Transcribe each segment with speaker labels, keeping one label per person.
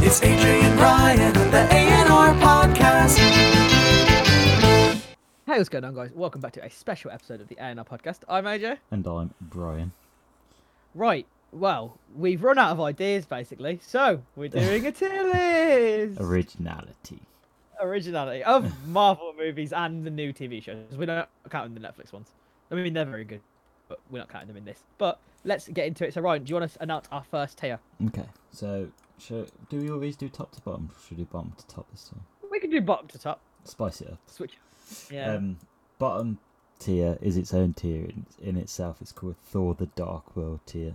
Speaker 1: It's AJ and Ryan on the A&R podcast.
Speaker 2: Hey, what's going on, guys? Welcome back to a special episode of the A&R podcast. I'm AJ.
Speaker 3: And I'm Brian.
Speaker 2: Right, well, we've run out of ideas basically, so we're doing a tier list.
Speaker 3: Originality.
Speaker 2: Originality of Marvel movies and the new TV shows. We're not counting the Netflix ones. I mean, they're very good, but we're not counting them in this. But let's get into it. So, Ryan, do you want to announce our first tier?
Speaker 3: Okay, so should, do we always do top to bottom? Should we do bottom to top this time?
Speaker 2: We can do bottom to top.
Speaker 3: Spice it up.
Speaker 2: Switch. Yeah.
Speaker 3: Um, bottom tier is its own tier in, in itself. It's called Thor: The Dark World tier.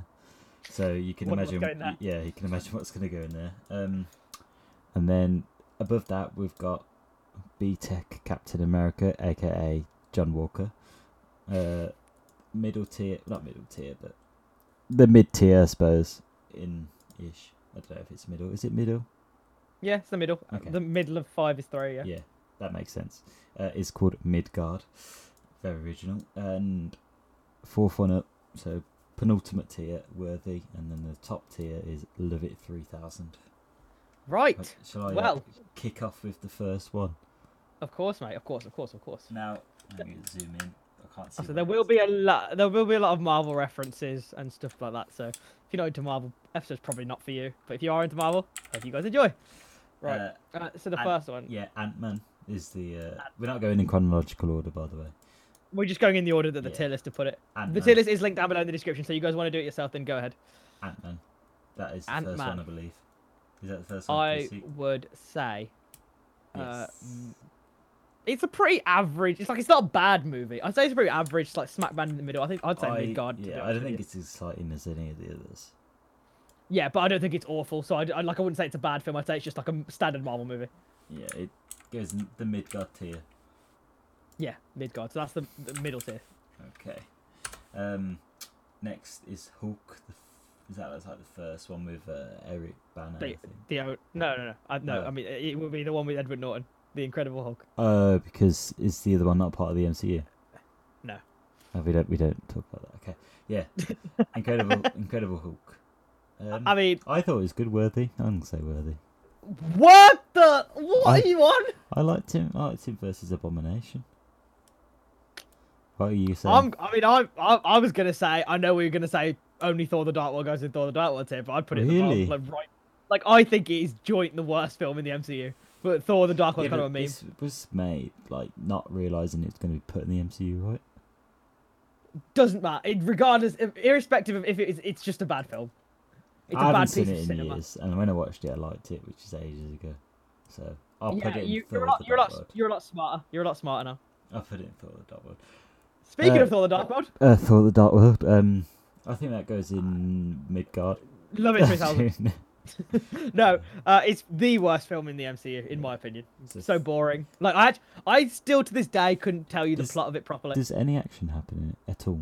Speaker 3: So you can
Speaker 2: Wonder what's
Speaker 3: imagine,
Speaker 2: going there.
Speaker 3: yeah, you can imagine what's going to go in there. Um, and then above that we've got B Tech Captain America, aka John Walker. Uh, middle tier, not middle tier, but the mid tier, I suppose. In ish, I don't know if it's middle. Is it middle?
Speaker 2: yeah, it's the middle.
Speaker 3: okay.
Speaker 2: The middle of five is three, yeah.
Speaker 3: Yeah, that makes sense. Uh, it's called Midgard. Very original. And fourth one up, so penultimate tier, Worthy, and then the top tier is Love It 3000. Uh,
Speaker 2: Right.
Speaker 3: Shall I uh,
Speaker 2: Well-
Speaker 3: kick off with the first one?
Speaker 2: Of course, mate. Of course, of course, of course.
Speaker 3: Now, let me zoom in. I can't see.
Speaker 2: So
Speaker 3: what
Speaker 2: there
Speaker 3: it
Speaker 2: will
Speaker 3: is.
Speaker 2: be a lot. There will be a lot of Marvel references and stuff like that. So if you're not into Marvel, episode's probably not for you. But if you are into Marvel, hope you guys enjoy. Right.
Speaker 3: Uh,
Speaker 2: Uh, so the
Speaker 3: and-
Speaker 2: first one,
Speaker 3: yeah, Ant Man is the. Uh, we're not going in chronological order, by the way.
Speaker 2: we're just going in the order that the
Speaker 3: Yeah.
Speaker 2: tier list to put it. the
Speaker 3: Ant-Man.
Speaker 2: tier list is linked down below in the description. So you guys want to do it yourself, then go ahead.
Speaker 3: Ant Man. That is the first
Speaker 2: Ant-Man.
Speaker 3: one, I believe. Is that the first one?
Speaker 2: I
Speaker 3: Casey?
Speaker 2: would say uh,
Speaker 3: Yes.
Speaker 2: it's a pretty average. It's like it's not a bad movie. I'd say it's a pretty average, it's like smack bang in the middle. I think I'd say
Speaker 3: I-
Speaker 2: Midgard. to be
Speaker 3: Yeah, I
Speaker 2: honest
Speaker 3: don't
Speaker 2: with
Speaker 3: think
Speaker 2: you.
Speaker 3: it's as exciting as any of the others.
Speaker 2: Yeah, but I don't think it's awful. So I, I like I wouldn't say it's a bad film. I'd say it's just like a m- standard Marvel movie.
Speaker 3: Yeah, it goes in the Midgard tier.
Speaker 2: Yeah, Midgard. So that's the, the middle tier.
Speaker 3: Okay. Um, next is Hulk. The f- is that that's like the first one with uh, Eric Banner?
Speaker 2: The,
Speaker 3: I think.
Speaker 2: the o- no, no, no, I, no.
Speaker 3: No.
Speaker 2: I mean, it would be the one with Edward Norton, the Incredible Hulk.
Speaker 3: Uh, because is the other one not part of the MCU?
Speaker 2: No.
Speaker 3: Oh, we don't we don't talk about that. Okay. Yeah. Incredible, Incredible Hulk. Um,
Speaker 2: I mean,
Speaker 3: I thought it was good. Worthy. I'm gonna say worthy.
Speaker 2: what the? What
Speaker 3: I-
Speaker 2: are you on?
Speaker 3: I liked him. I liked him versus Abomination. What are you saying?
Speaker 2: I'm. I mean, I, I. I was gonna say. I know we were gonna say only Thor: The Dark World goes in Thor: The Dark World tier, but I'd put it
Speaker 3: Really?
Speaker 2: in the bottom, like right. Like I think it is joint the worst film in the MCU, but Thor: The Dark World
Speaker 3: Yeah,
Speaker 2: kind
Speaker 3: but
Speaker 2: of a meme.
Speaker 3: This was made like not realizing it's going to be put in the MCU, right?
Speaker 2: Doesn't matter. It, regardless, if- irrespective of if it is, it's just a bad film. It's
Speaker 3: I
Speaker 2: a
Speaker 3: haven't
Speaker 2: bad
Speaker 3: seen
Speaker 2: piece of
Speaker 3: it in
Speaker 2: cinema.
Speaker 3: years, and when I watched it, I liked it, which is ages ago. So I'll put
Speaker 2: Yeah,
Speaker 3: it in
Speaker 2: you,
Speaker 3: Thor:
Speaker 2: you're a lot.
Speaker 3: The
Speaker 2: You're a
Speaker 3: Dark
Speaker 2: lot.
Speaker 3: World.
Speaker 2: You're a lot smarter. You're a lot smarter now.
Speaker 3: I'll put it in Thor: The Dark World.
Speaker 2: Speaking
Speaker 3: Uh,
Speaker 2: of Thor: The Dark World,
Speaker 3: Uh, Thor: The Dark World. Um, I think that goes in Midgard.
Speaker 2: love it, 3000.
Speaker 3: it's
Speaker 2: no, uh, it's the worst film in the MCU, in my opinion.
Speaker 3: a-
Speaker 2: So boring. Like I, act- I still to this day couldn't tell you the
Speaker 3: Does-
Speaker 2: plot of it properly.
Speaker 3: Does any action happen in it at all?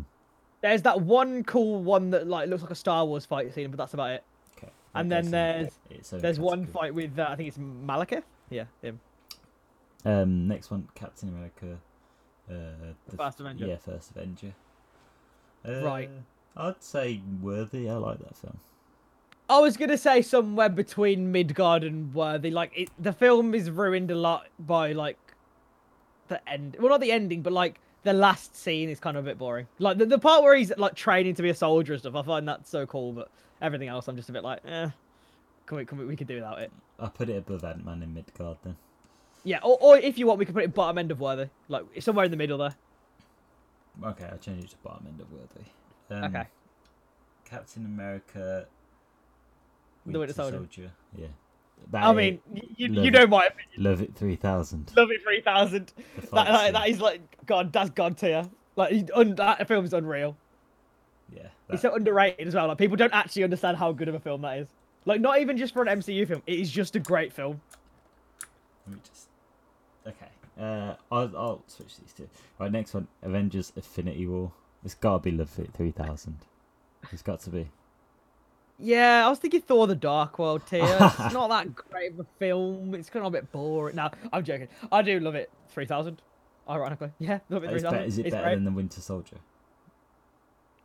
Speaker 2: There's that one cool one that like looks like a Star Wars fight scene, but that's about it.
Speaker 3: Okay.
Speaker 2: And then
Speaker 3: that goes in
Speaker 2: there's-
Speaker 3: its own
Speaker 2: There's one
Speaker 3: category.
Speaker 2: fight with uh, I think it's Malekith. Yeah, him.
Speaker 3: Um, next one, Captain America. Uh, the
Speaker 2: First Avenger.
Speaker 3: Yeah, First Avenger. Uh,
Speaker 2: Right.
Speaker 3: I'd say worthy. I like that film.
Speaker 2: I was gonna say somewhere between Midgard and Worthy. Like it, the film is ruined a lot by like the end. Well, not the ending, but like the last scene is kind of a bit boring. Like the, the part where he's like training to be a soldier and stuff. I find that so cool, but everything else, I'm just a bit like, eh. Can we, can we, we can do without it.
Speaker 3: I put it above Ant Man in Midgard then.
Speaker 2: Yeah, or, or if you want, we can put it bottom end of Worthy. Like somewhere in the middle there.
Speaker 3: Okay, I'll change it to bottom end of worthy. Um,
Speaker 2: Okay.
Speaker 3: Captain America.
Speaker 2: The Winter Soldier.
Speaker 3: Yeah. That
Speaker 2: I
Speaker 3: is-
Speaker 2: mean, y- you,
Speaker 3: love
Speaker 2: you know
Speaker 3: it.
Speaker 2: my opinion.
Speaker 3: Love it three thousand.
Speaker 2: Love it 3000.
Speaker 3: The
Speaker 2: That,
Speaker 3: fight
Speaker 2: that,
Speaker 3: scene.
Speaker 2: that is like, God, that's God tier. Like, he- un, that film's unreal.
Speaker 3: Yeah.
Speaker 2: It's
Speaker 3: that-
Speaker 2: so underrated as well. Like people don't actually understand how good of a film that is. Like not even just for an MCU film, it is just a great film.
Speaker 3: Let me just. Okay. Uh, I'll, I'll switch these two. Right, next one Avengers Affinity War. It's gotta be Love It 3000. It's got to be.
Speaker 2: Yeah, I was thinking Thor: The Dark World tier. it's not that great of a film. It's kind of a bit boring. No, I'm joking. I do love it. Three thousand, ironically. Yeah, love it. Three
Speaker 3: Is,
Speaker 2: thousand.
Speaker 3: bet- is it better than The Winter Soldier?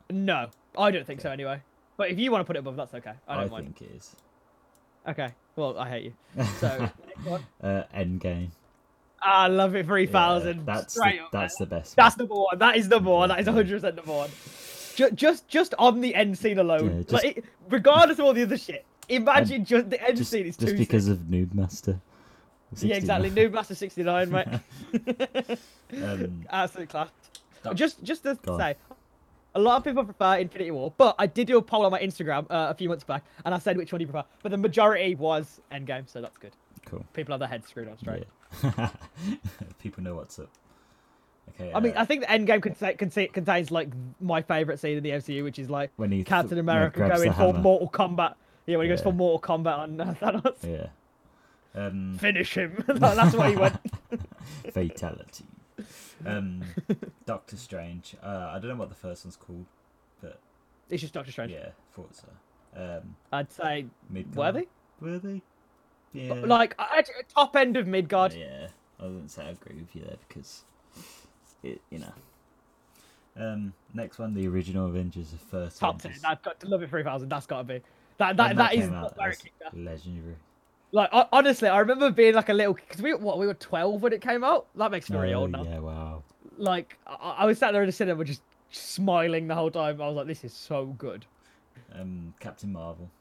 Speaker 2: No, I don't think so. Anyway, but if you want to put it above, that's okay. I don't mind.
Speaker 3: think it is.
Speaker 2: Okay. Well, I hate you. So next one.
Speaker 3: uh, Endgame.
Speaker 2: I love it. Three
Speaker 3: Yeah,
Speaker 2: thousand.
Speaker 3: that's
Speaker 2: straight
Speaker 3: the,
Speaker 2: up.
Speaker 3: that's the best. one.
Speaker 2: That's number one. That is number one. That is
Speaker 3: Yeah.
Speaker 2: 100 percent number one. Just, just, just on the end scene alone,
Speaker 3: Yeah, just-
Speaker 2: like it- regardless of all the other shit. Imagine just the end
Speaker 3: just,
Speaker 2: scene is
Speaker 3: just
Speaker 2: too.
Speaker 3: because of Noob Master.
Speaker 2: Yeah, exactly.
Speaker 3: 69.
Speaker 2: New Master 69, mate.
Speaker 3: Um,
Speaker 2: Absolute class.
Speaker 3: That-
Speaker 2: Just, just to
Speaker 3: Go on.
Speaker 2: say, a lot of people prefer Infinity War, but I did do a poll on my Instagram uh, a few months back, and I said which one do you prefer. But the majority was Endgame, so that's good.
Speaker 3: cool.
Speaker 2: People have their heads screwed on straight.
Speaker 3: Yeah. People know what's up. Okay.
Speaker 2: I mean,
Speaker 3: uh,
Speaker 2: I think the Endgame contain, contain, contains like my favorite scene in the MCU, which is like
Speaker 3: when he th-
Speaker 2: Captain
Speaker 3: when he
Speaker 2: America
Speaker 3: grabs the
Speaker 2: going for
Speaker 3: hammer.
Speaker 2: Mortal Kombat. Yeah, when he goes for
Speaker 3: Yeah.
Speaker 2: Mortal Kombat on uh, Thanos,
Speaker 3: Yeah. Um,
Speaker 2: finish him. That's what he went.
Speaker 3: fatality. Um, Doctor Strange. Uh, I don't know what the first one's called, but
Speaker 2: It's just Doctor Strange.
Speaker 3: yeah, thought so. Um,
Speaker 2: I'd say
Speaker 3: Midgard.
Speaker 2: were they?
Speaker 3: Were they? Yeah.
Speaker 2: Like I- actually, top end of Midgard.
Speaker 3: Yeah, I wouldn't say I agree with you there because it, you know. Um, next one, the original Avengers of first.
Speaker 2: top ten.
Speaker 3: Avengers.
Speaker 2: That's got to love it three thousand. That's got to be that.
Speaker 3: When
Speaker 2: That, that
Speaker 3: came
Speaker 2: is
Speaker 3: out,
Speaker 2: not where it
Speaker 3: that's
Speaker 2: kicked off.
Speaker 3: legendary.
Speaker 2: Like ho- honestly, I remember being like a little because we what we were twelve when it came out. That makes me really
Speaker 3: Oh,
Speaker 2: old now.
Speaker 3: yeah, wow.
Speaker 2: Like I, I was sat there in the cinema just smiling the whole time. I was like, this is so good.
Speaker 3: Um, Captain Marvel.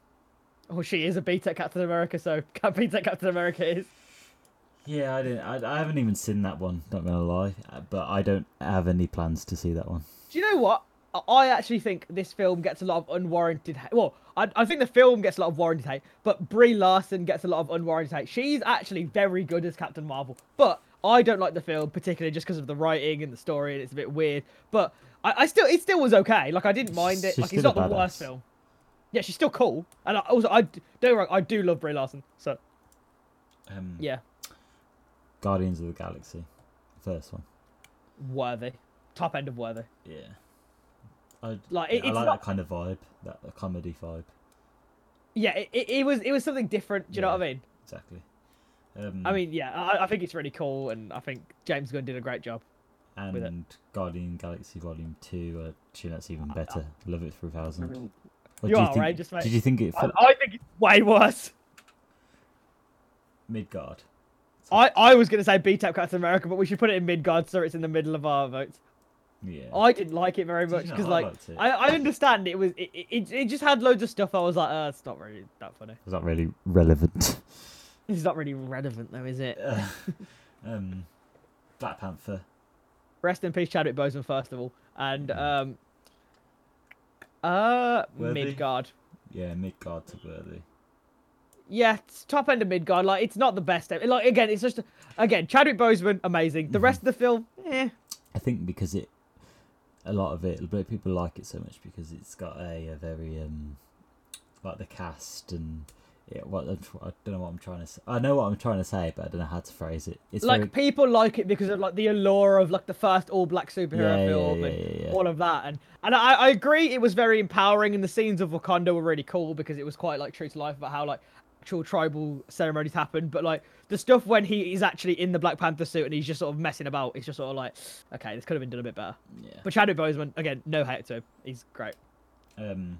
Speaker 2: Oh, she is a BTEC Captain America, so Cap- BTEC Captain America is.
Speaker 3: Yeah, I didn't. I, I haven't even seen that one. Not gonna lie, uh, but I don't have any plans to see that one.
Speaker 2: Do you know what? I- I actually think this film gets a lot of unwarranted hate. Well, I, I think the film gets a lot of warranted hate, but Brie Larson gets a lot of unwarranted hate. She's actually very good as Captain Marvel, but I don't like the film particularly just because of the writing and the story, and it's a bit weird. But I, I still, it still was okay. Like I didn't mind it.
Speaker 3: She's
Speaker 2: Like it's
Speaker 3: still a
Speaker 2: not the worst
Speaker 3: badass.
Speaker 2: film. Yeah, she's still cool, and I, also I d- don't get me wrong, I do love Brie Larson. So
Speaker 3: Um,
Speaker 2: yeah,
Speaker 3: Guardians of the Galaxy, the first one.
Speaker 2: worthy, top end of worthy.
Speaker 3: Yeah. I
Speaker 2: Like,
Speaker 3: like.
Speaker 2: it-
Speaker 3: I
Speaker 2: it's
Speaker 3: like
Speaker 2: not-
Speaker 3: that kind of vibe, that uh, comedy vibe.
Speaker 2: Yeah, it, it, it was it was something different. Do you know what I
Speaker 3: Yeah.
Speaker 2: mean?
Speaker 3: Exactly. Um,
Speaker 2: I mean, yeah, I, I think it's really cool, and I think James Gunn did a great job. with it.
Speaker 3: and Guardian Galaxy Volume Two. I assume that's even better. Love it for a thousand. Or
Speaker 2: You
Speaker 3: do
Speaker 2: are
Speaker 3: think,
Speaker 2: outrageous, mate.
Speaker 3: Did you think it
Speaker 2: I,
Speaker 3: fit
Speaker 2: I think it's way worse.
Speaker 3: Midgard?
Speaker 2: I, I was going to say B-Tap Captain America, but we should put it in Midgard so it's in the middle of our votes.
Speaker 3: Yeah.
Speaker 2: I didn't like it very
Speaker 3: you
Speaker 2: much
Speaker 3: not?
Speaker 2: because,
Speaker 3: I
Speaker 2: like,
Speaker 3: liked it.
Speaker 2: I, I understand it was it, it- it, it just had loads of stuff. I was like, uh, it's not really that funny.
Speaker 3: It's not really relevant.
Speaker 2: It's not really relevant though, is it?
Speaker 3: um, Black Panther.
Speaker 2: Rest in peace, Chadwick Boseman, first of all, and um, uh,
Speaker 3: Worthy?
Speaker 2: Midgard.
Speaker 3: Yeah, Midgard to worthy.
Speaker 2: Yeah, it's top end of Midgard. Like, it's not the best. Like, again, it's just again Chadwick Boseman, amazing. The rest of the film, eh.
Speaker 3: I think because it, a lot of it, but people like it so much because it's got a, a very um, like the cast and yeah. What I'm tr- I don't know what I'm trying to. Say. I know what I'm trying to say, but I don't know how to phrase it. It's
Speaker 2: like
Speaker 3: very,
Speaker 2: people like it because of like the allure of like the first all black superhero
Speaker 3: Yeah, yeah,
Speaker 2: film
Speaker 3: yeah,
Speaker 2: and
Speaker 3: yeah, yeah.
Speaker 2: all of that and and I, I agree it was very empowering and the scenes of wakanda were really cool because it was quite like true to life about how like actual tribal ceremonies happen but like the stuff when he is actually in the black panther suit and he's just sort of messing about it's just sort of like okay this could have been done a bit better
Speaker 3: yeah.
Speaker 2: but chadwick boseman again no hate to him he's great
Speaker 3: Um,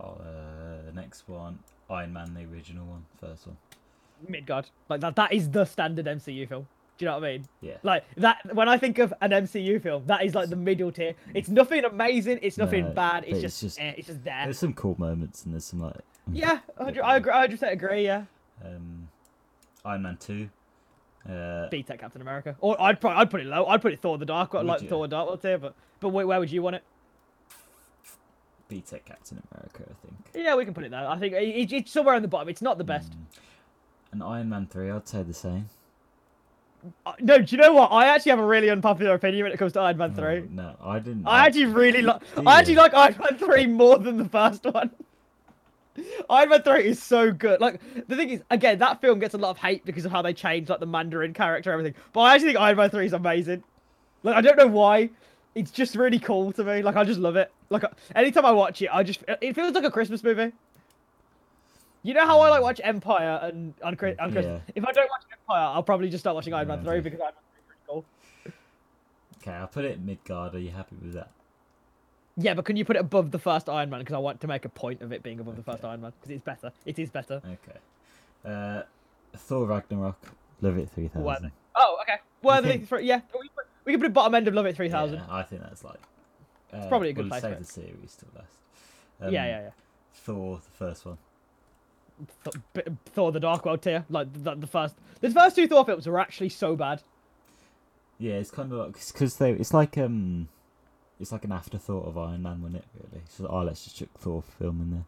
Speaker 3: oh, uh, the next one, Iron Man, the original one, first one.
Speaker 2: midgard like that that is the standard mcu film do you know what i mean
Speaker 3: Yeah.
Speaker 2: Like that when I think of an MCU film, that is like the middle tier. It's nothing amazing, it's nothing
Speaker 3: No,
Speaker 2: bad,
Speaker 3: but
Speaker 2: it's
Speaker 3: it's
Speaker 2: just,
Speaker 3: just-
Speaker 2: eh, it's just there.
Speaker 3: there's some cool moments and there's some like
Speaker 2: Yeah, 100, I agree, I 100% agree, yeah.
Speaker 3: um, Iron Man two. Uh,
Speaker 2: Beat that E Captain America. Or I'd probably I'd put it low. I'd put it Thor the Dark World,
Speaker 3: Would
Speaker 2: like
Speaker 3: you?
Speaker 2: Thor the Dark World tier, but but wait, where would you want it?
Speaker 3: beat it Captain America, I think.
Speaker 2: Yeah, we can put it there. I think it, it- it's somewhere on the bottom. It's not the best.
Speaker 3: Mm. And Iron Man three, I'd say the same.
Speaker 2: Uh, no, do you know what? I actually have a really unpopular opinion when it comes to Iron Man 3.
Speaker 3: Oh, no, I didn't.
Speaker 2: I actually really like.
Speaker 3: Do
Speaker 2: I actually
Speaker 3: you?
Speaker 2: like Iron Man three more than the first one. Iron Man three is so good. Like the thing is, again, that film gets a lot of hate because of how they changed like the Mandarin character and everything. But I actually think Iron Man three is amazing. Like I don't know why, it's just really cool to me. Like I just love it. Like I- anytime I watch it, I just it feels like a Christmas movie. You know how I like watch Empire and on, Chri- on Christmas.
Speaker 3: Yeah.
Speaker 2: If I don't watch Empire, I'll probably just start watching Iron Man
Speaker 3: Yeah,
Speaker 2: three
Speaker 3: okay.
Speaker 2: because Iron Man three is pretty cool.
Speaker 3: Okay, I'll put it Midgard. Are you happy with that?
Speaker 2: Yeah, but can you put it above the first Iron Man? Because I want to make a point of it being above the first Iron Man because it's better. It is better.
Speaker 3: Okay. Uh, Thor Ragnarok, love it three
Speaker 2: Well,
Speaker 3: thousand.
Speaker 2: Oh, okay. Worthy.
Speaker 3: think-
Speaker 2: for- yeah, we, put- we can put bottom end of Love It Three Thousand.
Speaker 3: Yeah, I think that's like. Uh,
Speaker 2: probably a good
Speaker 3: we'll
Speaker 2: place
Speaker 3: save
Speaker 2: for
Speaker 3: the series till last. um,
Speaker 2: Yeah, yeah, yeah.
Speaker 3: Thor, the first one.
Speaker 2: Th- b- Thor: The Dark World tier, like the, the first. The first two Thor films were actually so bad.
Speaker 3: Yeah, it's kind of like because they it's like um, it's like an afterthought of Iron Man, wasn't it? Really? So oh, let's just chuck Thor film in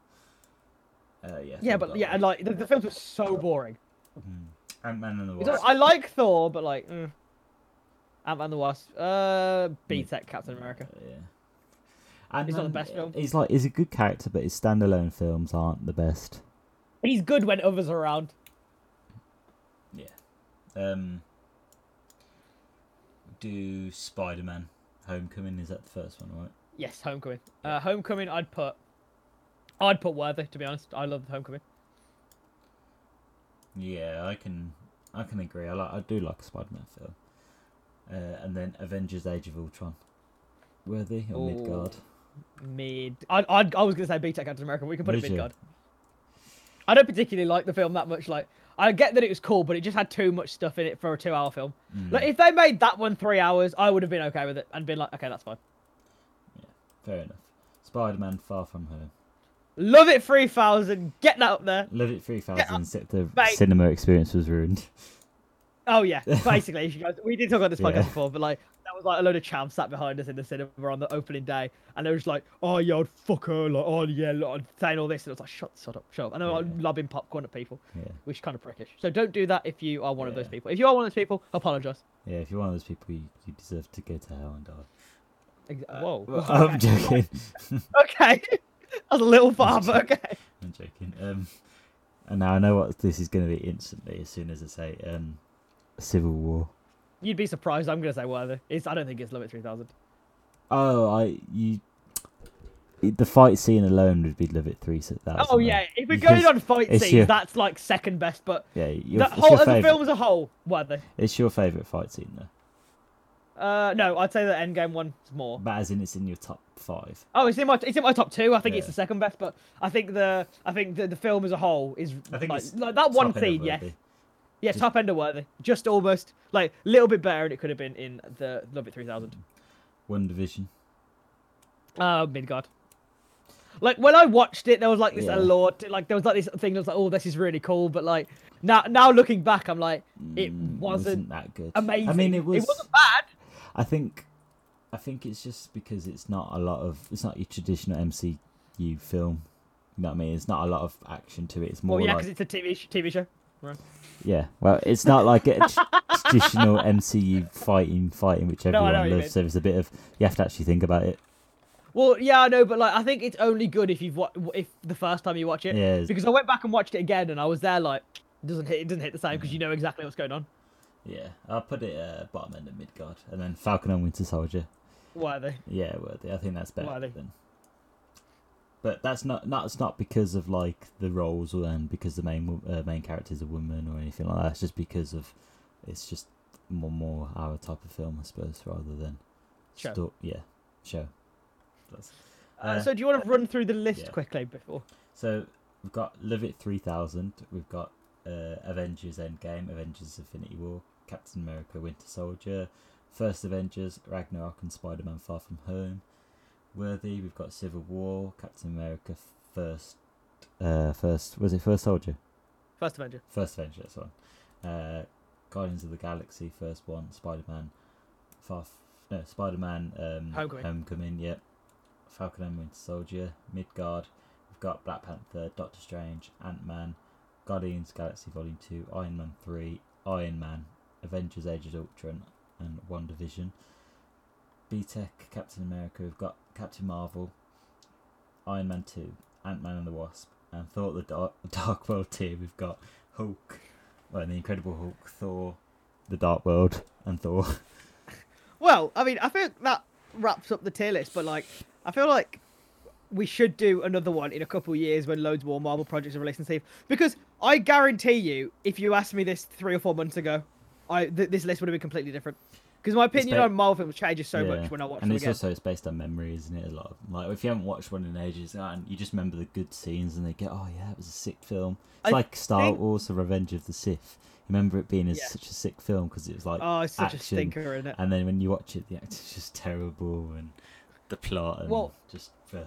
Speaker 3: there. Uh, yeah.
Speaker 2: Yeah, but yeah, and like the, the films were so boring.
Speaker 3: Ant Man Mm. and the
Speaker 2: It's
Speaker 3: Wasp.
Speaker 2: not- I like Thor, but like, mm. Ant Man the Wasp, uh, B Tech Captain America.
Speaker 3: Yeah. And
Speaker 2: It's not the best film.
Speaker 3: He's like he's a good character, but his standalone films aren't the best.
Speaker 2: He's good when others are around.
Speaker 3: Yeah. Um. Do Spider Man Homecoming? Is that the first one, right?
Speaker 2: Yes, Homecoming. Uh, Homecoming, I'd put, I'd put Worthy. To be honest, I love Homecoming.
Speaker 3: Yeah, I can. I can agree. I like. I do like a Spider Man film. Uh, and then Avengers: Age of Ultron. Worthy or
Speaker 2: Ooh,
Speaker 3: Midgard?
Speaker 2: Mid, I, I, I was gonna say B Tech Captain America. We can put it
Speaker 3: Would you?
Speaker 2: Midgard. I don't particularly like the film that much. Like, I get that it was cool, but it just had too much stuff in it for a two-hour film.
Speaker 3: Mm.
Speaker 2: Like, if they made that one three hours, I would have been okay with it and been like, okay, that's fine.
Speaker 3: Fair enough. Spider Man Far From Home.
Speaker 2: Love it, three thousand. Get that up there.
Speaker 3: Love it 3000, except the
Speaker 2: mate.
Speaker 3: cinema experience was ruined.
Speaker 2: Oh yeah, basically, if you guys, we did talk about this podcast
Speaker 3: Yeah.
Speaker 2: before, but like that was like a load of champs sat behind us in the cinema on the opening day, and they were just like, "Oh yeah, I'd fuck her," like, "Oh yeah," like, saying all this, and I was like, "Shut, shut up, shut up." And I was
Speaker 3: Yeah.
Speaker 2: lobbing popcorn at people,
Speaker 3: Yeah.
Speaker 2: which is kind of prickish. So don't do that if you are one of those
Speaker 3: Yeah.
Speaker 2: people. If you are one of those people, apologize.
Speaker 3: Yeah, if you're one of those people, you, you deserve to go to hell and die.
Speaker 2: Ex- Uh,
Speaker 3: uh,
Speaker 2: Whoa.
Speaker 3: I'm
Speaker 2: okay.
Speaker 3: joking.
Speaker 2: okay. that was a little far, but okay.
Speaker 3: I'm joking. Um, and now I know what this is going to be instantly as soon as I say um, Civil War.
Speaker 2: You'd be surprised. I'm gonna say worthy. It's. I don't think it's limit three thousand.
Speaker 3: Oh, I you. it- The fight scene alone would be Love It Three so that's
Speaker 2: Oh
Speaker 3: in
Speaker 2: yeah,
Speaker 3: there.
Speaker 2: if we're
Speaker 3: Because
Speaker 2: going on fight
Speaker 3: it's
Speaker 2: scenes,
Speaker 3: your-
Speaker 2: that's like second best, but.
Speaker 3: yeah, your,
Speaker 2: That
Speaker 3: it's,
Speaker 2: whole as
Speaker 3: your
Speaker 2: a
Speaker 3: favorite,
Speaker 2: film as a whole, worthy.
Speaker 3: it's your favorite fight scene though.
Speaker 2: Uh, no, I'd say the Endgame one's more.
Speaker 3: But as in, it's in your top five.
Speaker 2: Oh, it's in my it's in my top two. I think it's
Speaker 3: Yeah.
Speaker 2: the second best, but I think the I think the, the film as a whole is
Speaker 3: I think
Speaker 2: like,
Speaker 3: it's
Speaker 2: like that one
Speaker 3: top end of
Speaker 2: scene. Yes,
Speaker 3: worthy.
Speaker 2: yeah, top ender worthy. Just almost like a little bit better, and it could have been in the Love It Three Thousand.
Speaker 3: One Division.
Speaker 2: Uh, Midgard. Like when I watched it, there was like this
Speaker 3: Yeah.
Speaker 2: allure, to, like there was like this thing. that was like, oh, this is really cool, but like now now looking back, I'm like, it
Speaker 3: Mm,
Speaker 2: wasn't
Speaker 3: that good.
Speaker 2: amazing.
Speaker 3: I mean, it was.
Speaker 2: It wasn't bad.
Speaker 3: I think, I think it's just because it's not a lot of. It's not your traditional MCU film. You know what I mean? It's not a lot of action to it. It's more
Speaker 2: Well, yeah,
Speaker 3: like
Speaker 2: because it's a TV sh- TV show.
Speaker 3: yeah. Well, it's not like a tr- traditional MCU fighting, fighting which
Speaker 2: know
Speaker 3: everyone
Speaker 2: what you mean.
Speaker 3: loves. So it's a bit of you have to actually think about it.
Speaker 2: Well, yeah, I know, but like, I think it's only good if you've wa- if the first time you watch it.
Speaker 3: Yeah, it's-
Speaker 2: Because I went back and watched it again, and I was there like, it doesn't hit, it doesn't hit the same
Speaker 3: Mm.
Speaker 2: because you know exactly what's going on.
Speaker 3: Yeah, I'll put it uh, bottom end of Midgard, and then Falcon and Winter Soldier.
Speaker 2: Why are they?
Speaker 3: Yeah, worthy. I think that's better
Speaker 2: Worthy.
Speaker 3: than. But that's not that's not because of like the roles or and because the main wo- uh, main character is a woman or anything like that. It's just because of it's just more more our type of film, I suppose, rather than
Speaker 2: Show.
Speaker 3: sto- yeah, show. That's-
Speaker 2: Uh,
Speaker 3: Uh,
Speaker 2: so do you want to run through the list
Speaker 3: yeah.
Speaker 2: quickly before?
Speaker 3: so we've got Live It Three Thousand. We've got uh, Avengers Endgame, Avengers Infinity War, Captain America, Winter Soldier, First Avengers, Ragnarok, and Spider Man Far From Home. Worthy. We've got Civil War, Captain America, First. Uh, first was it First Soldier?
Speaker 2: First Avenger.
Speaker 3: First Avenger. That's one. Uh, Guardians of the Galaxy. First one. Spider Man. Far. F- no, Spider Man. Um,
Speaker 2: Homecoming.
Speaker 3: Homecoming. Yep. Falcon and Winter Soldier. Midgard. We've got Black Panther, Doctor Strange, Ant Man, Guardians of the Galaxy Volume Two, Iron Man Three, Iron Man, Avengers: Age of Ultron, and One Division. B Tech, Captain America. We've got Captain Marvel, Iron Man Two, Ant Man and the Wasp, and Thor: The Dark, Dark World Two. We've got Hulk, well, the Incredible Hulk, Thor, the Dark World, and Thor.
Speaker 2: Well, I mean, I think that wraps up the tier list, but like, I feel like we should do another one in a couple of years when loads more Marvel projects are released and stuff. Because I guarantee you, if you asked me this three or four months ago, I th- this list would have been completely different. Because my opinion
Speaker 3: ba-
Speaker 2: on Marvel films changes so
Speaker 3: Yeah.
Speaker 2: much when I watch
Speaker 3: and
Speaker 2: them
Speaker 3: it's
Speaker 2: again.
Speaker 3: also it's based on memory, isn't it? A lot of like if you haven't watched one in ages, uh, and you just remember the good scenes, and they go, "Oh yeah, it was a sick film." It's
Speaker 2: I
Speaker 3: like Star
Speaker 2: think-
Speaker 3: Wars: The Revenge of the Sith. You remember it being as
Speaker 2: Yeah.
Speaker 3: such a sick film because it was like,
Speaker 2: oh, it's such a
Speaker 3: action,
Speaker 2: stinker, isn't it?
Speaker 3: and then when you watch it, the acting's just terrible, and the plot, and
Speaker 2: Well-
Speaker 3: just uh,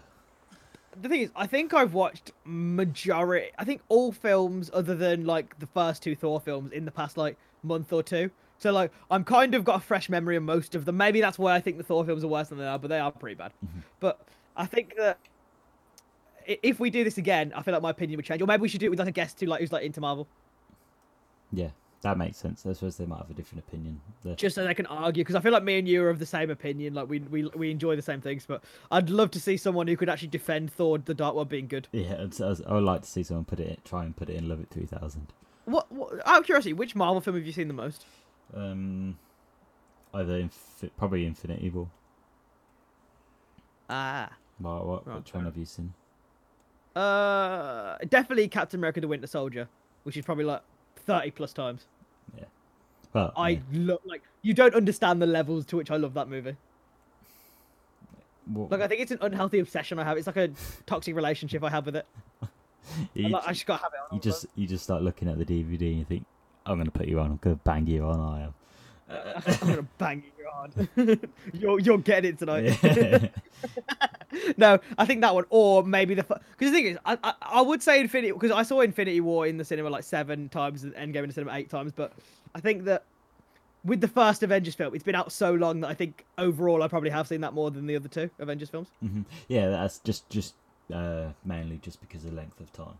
Speaker 2: The thing is, I think I've watched majority. I think all films other than like the first two Thor films in the past like month or two. So like I'm kind of got a fresh memory of most of them. Maybe that's why I think the Thor films are worse than they are, but they are pretty bad. But I think that i- if we do this again, I feel like my opinion would change. Or maybe we should do it with like a guest who like who's like into Marvel,
Speaker 3: yeah, that makes sense. I suppose they might have a different opinion. The-
Speaker 2: just so they can argue. Because I feel like me and you are of the same opinion. Like we we we enjoy the same things. But I'd love to see someone who could actually defend Thor the Dark World being good.
Speaker 3: Yeah, it's- I, was- I would like to see someone put it, try and put it in Love It Three Thousand.
Speaker 2: What, what out of curiosity, which Marvel film have you seen the most?
Speaker 3: Um, either infi- probably Infinity War.
Speaker 2: Ah.
Speaker 3: What, what,
Speaker 2: Right,
Speaker 3: which one
Speaker 2: fair.
Speaker 3: have you seen?
Speaker 2: Uh, definitely Captain America: The Winter Soldier, which is probably like thirty plus times.
Speaker 3: Well,
Speaker 2: I
Speaker 3: yeah.
Speaker 2: look like you don't understand the levels to which I love that movie.
Speaker 3: What-
Speaker 2: Like I think it's an unhealthy obsession I have. It's like a toxic relationship I have with it.
Speaker 3: you,
Speaker 2: I'm like, I just gotta have it. On
Speaker 3: you just you just start looking at the DVD and you think, I'm gonna put you on. I'm gonna bang you on. I am.
Speaker 2: I'm gonna bang you hard. you're you're getting it tonight.
Speaker 3: Yeah.
Speaker 2: no, I think that one, or maybe the because the thing is, I, I I would say Infinity because I saw Infinity War in the cinema like seven times and Endgame in the cinema eight times, but I think that with the first Avengers film, it's been out so long that I think overall I probably have seen that more than the other two Avengers films.
Speaker 3: Mhm. yeah, that's just just uh, mainly just because of the length of time.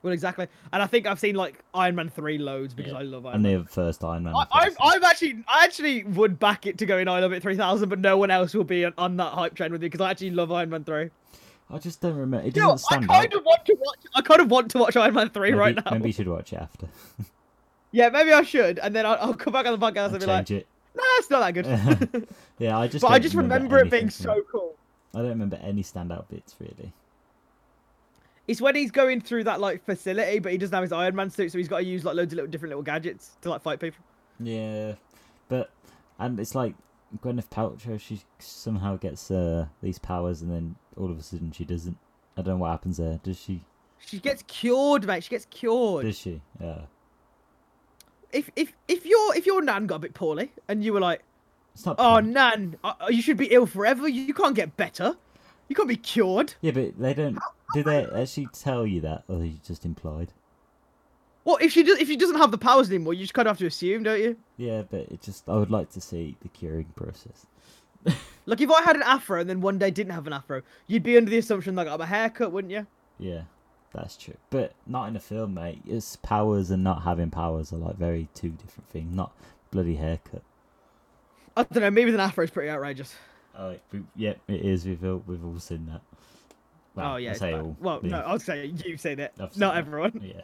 Speaker 2: Well, exactly, and I think I've seen like Iron Man three loads because
Speaker 3: Yeah.
Speaker 2: I love Iron
Speaker 3: And
Speaker 2: Man.
Speaker 3: the first Iron Man.
Speaker 2: I,
Speaker 3: the
Speaker 2: I'm,
Speaker 3: first-
Speaker 2: I'm actually, I actually would back it to go in I Love It 3000, but no one else will be on, on that hype train with me because I actually love Iron Man 3.
Speaker 3: I just don't remember. It
Speaker 2: You know,
Speaker 3: doesn't
Speaker 2: what, I
Speaker 3: stand out.
Speaker 2: kind of want to watch. I kind of want to watch Iron Man three
Speaker 3: Maybe,
Speaker 2: right now.
Speaker 3: maybe you should watch it after.
Speaker 2: Yeah, maybe I should, and then I'll, I'll come back on the podcast
Speaker 3: I'll
Speaker 2: and be like,
Speaker 3: change it.
Speaker 2: "Nah, it's not that good."
Speaker 3: yeah, I just.
Speaker 2: but I
Speaker 3: don't
Speaker 2: just remember it
Speaker 3: anything
Speaker 2: being
Speaker 3: from
Speaker 2: so cool.
Speaker 3: I don't remember any standout bits really.
Speaker 2: It's when he's going through that like facility, but he doesn't have his Iron Man suit, so he's got to use like loads of little different little gadgets to like fight people.
Speaker 3: Yeah, but and it's like Gwyneth Paltrow. She somehow gets uh, these powers, and then all of a sudden she doesn't. I don't know what happens there. Does she?
Speaker 2: She gets cured, mate. She gets cured.
Speaker 3: Does she? Uh, Yeah.
Speaker 2: If if if your if your nan got a bit poorly and you were like,
Speaker 3: It's not.
Speaker 2: "Oh
Speaker 3: no.
Speaker 2: nan, uh, uh, you should be ill forever. You, you can't get better. You can't be cured."
Speaker 3: Yeah, but they don't. Do they actually tell you that, or you just implied?
Speaker 2: Well, if she does, if she doesn't have the powers anymore, you just kind of have to assume, don't you?
Speaker 3: Yeah, but it just. I would like to see the curing process.
Speaker 2: Like if I had an afro and then one day didn't have an afro, you'd be under the assumption that I got a haircut, wouldn't you?
Speaker 3: Yeah, that's true. But not in a film, mate. It's powers and not having powers are like very two different things. Not bloody haircut.
Speaker 2: I don't know. Me with an afro is pretty outrageous.
Speaker 3: Uh, we- yep, it is. We've all, we've all seen that. Well,
Speaker 2: oh yeah.
Speaker 3: I
Speaker 2: it's
Speaker 3: say
Speaker 2: bad.
Speaker 3: all,
Speaker 2: well,
Speaker 3: we've-
Speaker 2: no, I'd say you say that.
Speaker 3: I've seen
Speaker 2: Not
Speaker 3: it.
Speaker 2: everyone.
Speaker 3: yeah,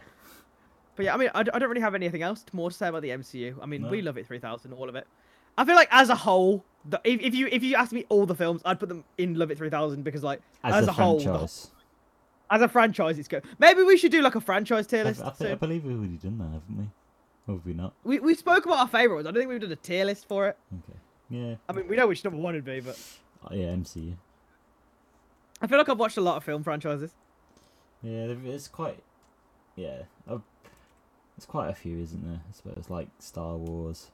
Speaker 2: But yeah, I mean, I, d- I don't really have anything else more to say about the MCU. I mean, we
Speaker 3: No.
Speaker 2: love it, three thousand, all of it. I feel like as a whole, the, if, if you if you asked me all the films, I'd put them in Love It Three Thousand because like
Speaker 3: as,
Speaker 2: as,
Speaker 3: a,
Speaker 2: a, whole, the-
Speaker 3: franchise,
Speaker 2: as a franchise, it's good. Maybe we should do like a franchise tier
Speaker 3: I, I,
Speaker 2: list.
Speaker 3: think, I
Speaker 2: soon.
Speaker 3: believe we've already done that, haven't we? Or have we not?
Speaker 2: We we spoke about our favorite ones. I don't think we've done a tier list for it.
Speaker 3: Okay. Yeah.
Speaker 2: I mean, we know which number one would be, but
Speaker 3: Oh, yeah, MCU.
Speaker 2: I feel like I've watched a lot of film franchises.
Speaker 3: Yeah, there- it's quite. Yeah, uh, it's quite a few, isn't there? I suppose like Star Wars.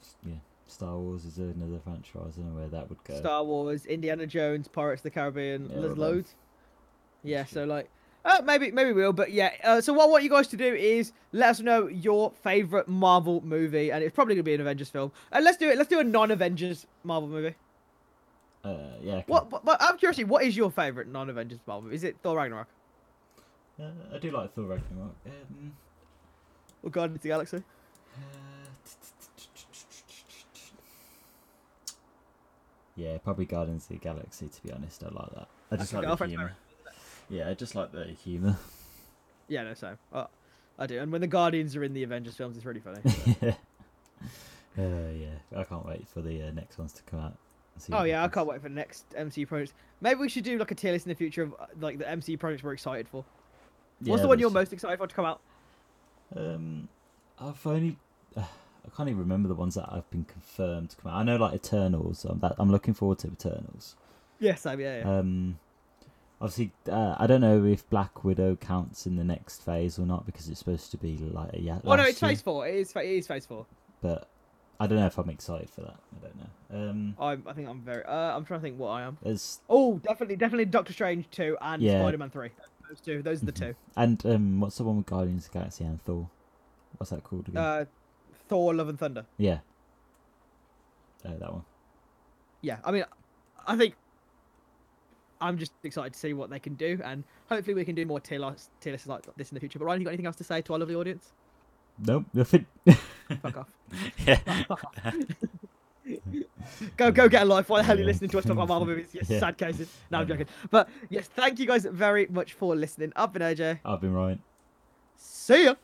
Speaker 3: S- Yeah, Star Wars is another franchise. I don't know where that would go.
Speaker 2: Star Wars, Indiana Jones, Pirates of the Caribbean.
Speaker 3: Yeah,
Speaker 2: there's
Speaker 3: well done.
Speaker 2: loads. Yeah,
Speaker 3: That's
Speaker 2: so like, uh, maybe maybe we'll, but yeah. Uh, so what I want you guys to do is let us know your favorite Marvel movie, and it's probably gonna be an Avengers film. Uh, let's do it. Let's do a non-Avengers Marvel movie.
Speaker 3: Uh, yeah. okay.
Speaker 2: What? But, but out of curiosity, what is your favorite non-Avengers Marvel? movie? Is it Thor Ragnarok
Speaker 3: Uh, I do like Thor Ragnarok. Um,
Speaker 2: or Guardians of the Galaxy?
Speaker 3: Yeah, probably Guardians of the Galaxy. To be honest, I like that. I just
Speaker 2: your
Speaker 3: like the
Speaker 2: girlfriend's
Speaker 3: humor. Yeah, I just like the humor.
Speaker 2: Yeah, no, so uh, I do. And when the Guardians are in the Avengers films, it's really funny.
Speaker 3: uh, yeah, I can't wait for the uh, next ones to come out. and see
Speaker 2: Oh
Speaker 3: what
Speaker 2: yeah, I
Speaker 3: happens.
Speaker 2: can't wait for the next MCU projects. Maybe we should do like a tier list in the future of uh, like the MCU projects we're excited for. What's
Speaker 3: Yeah,
Speaker 2: the one you're
Speaker 3: there's-
Speaker 2: most excited for to come out?
Speaker 3: Um, I've only. I can't even remember the ones that have been confirmed to come out. I know like Eternals. I'm, that, I'm looking forward to Eternals.
Speaker 2: Yeah, same. Yeah, yeah.
Speaker 3: Um, obviously, uh, I don't know if Black Widow counts in the next phase or not because it's supposed to be like yeah.
Speaker 2: oh no,
Speaker 3: last
Speaker 2: it's phase
Speaker 3: year,
Speaker 2: four. It is. Fa- It is phase four.
Speaker 3: But I don't know if I'm excited for that. I don't know. Um,
Speaker 2: I'm, I think I'm very. Uh, I'm trying to think what I am.
Speaker 3: there's
Speaker 2: Oh, definitely, definitely Doctor Strange two and
Speaker 3: Yeah.
Speaker 2: Spider Man three. Those two. Those are the two.
Speaker 3: and um, what's the one with Guardians of the Galaxy and Thor? What's that called again?
Speaker 2: Uh, Thor: Love and Thunder.
Speaker 3: yeah, uh, that one.
Speaker 2: Yeah, I mean, I think I'm just excited to see what they can do, and hopefully we can do more tier lists, tier lists like this in the future. But Ryan, you got anything else to say to our lovely audience?
Speaker 3: Nope, nothing.
Speaker 2: Fuck off.
Speaker 3: yeah.
Speaker 2: Go, go get a life. Why the hell are you
Speaker 3: Yeah.
Speaker 2: listening to us talk about Marvel movies? Yes,
Speaker 3: Yeah.
Speaker 2: sad cases. No, I'm
Speaker 3: Yeah.
Speaker 2: joking. But yes, thank you guys very much for listening. I've been AJ.
Speaker 3: I've been right.
Speaker 2: See ya.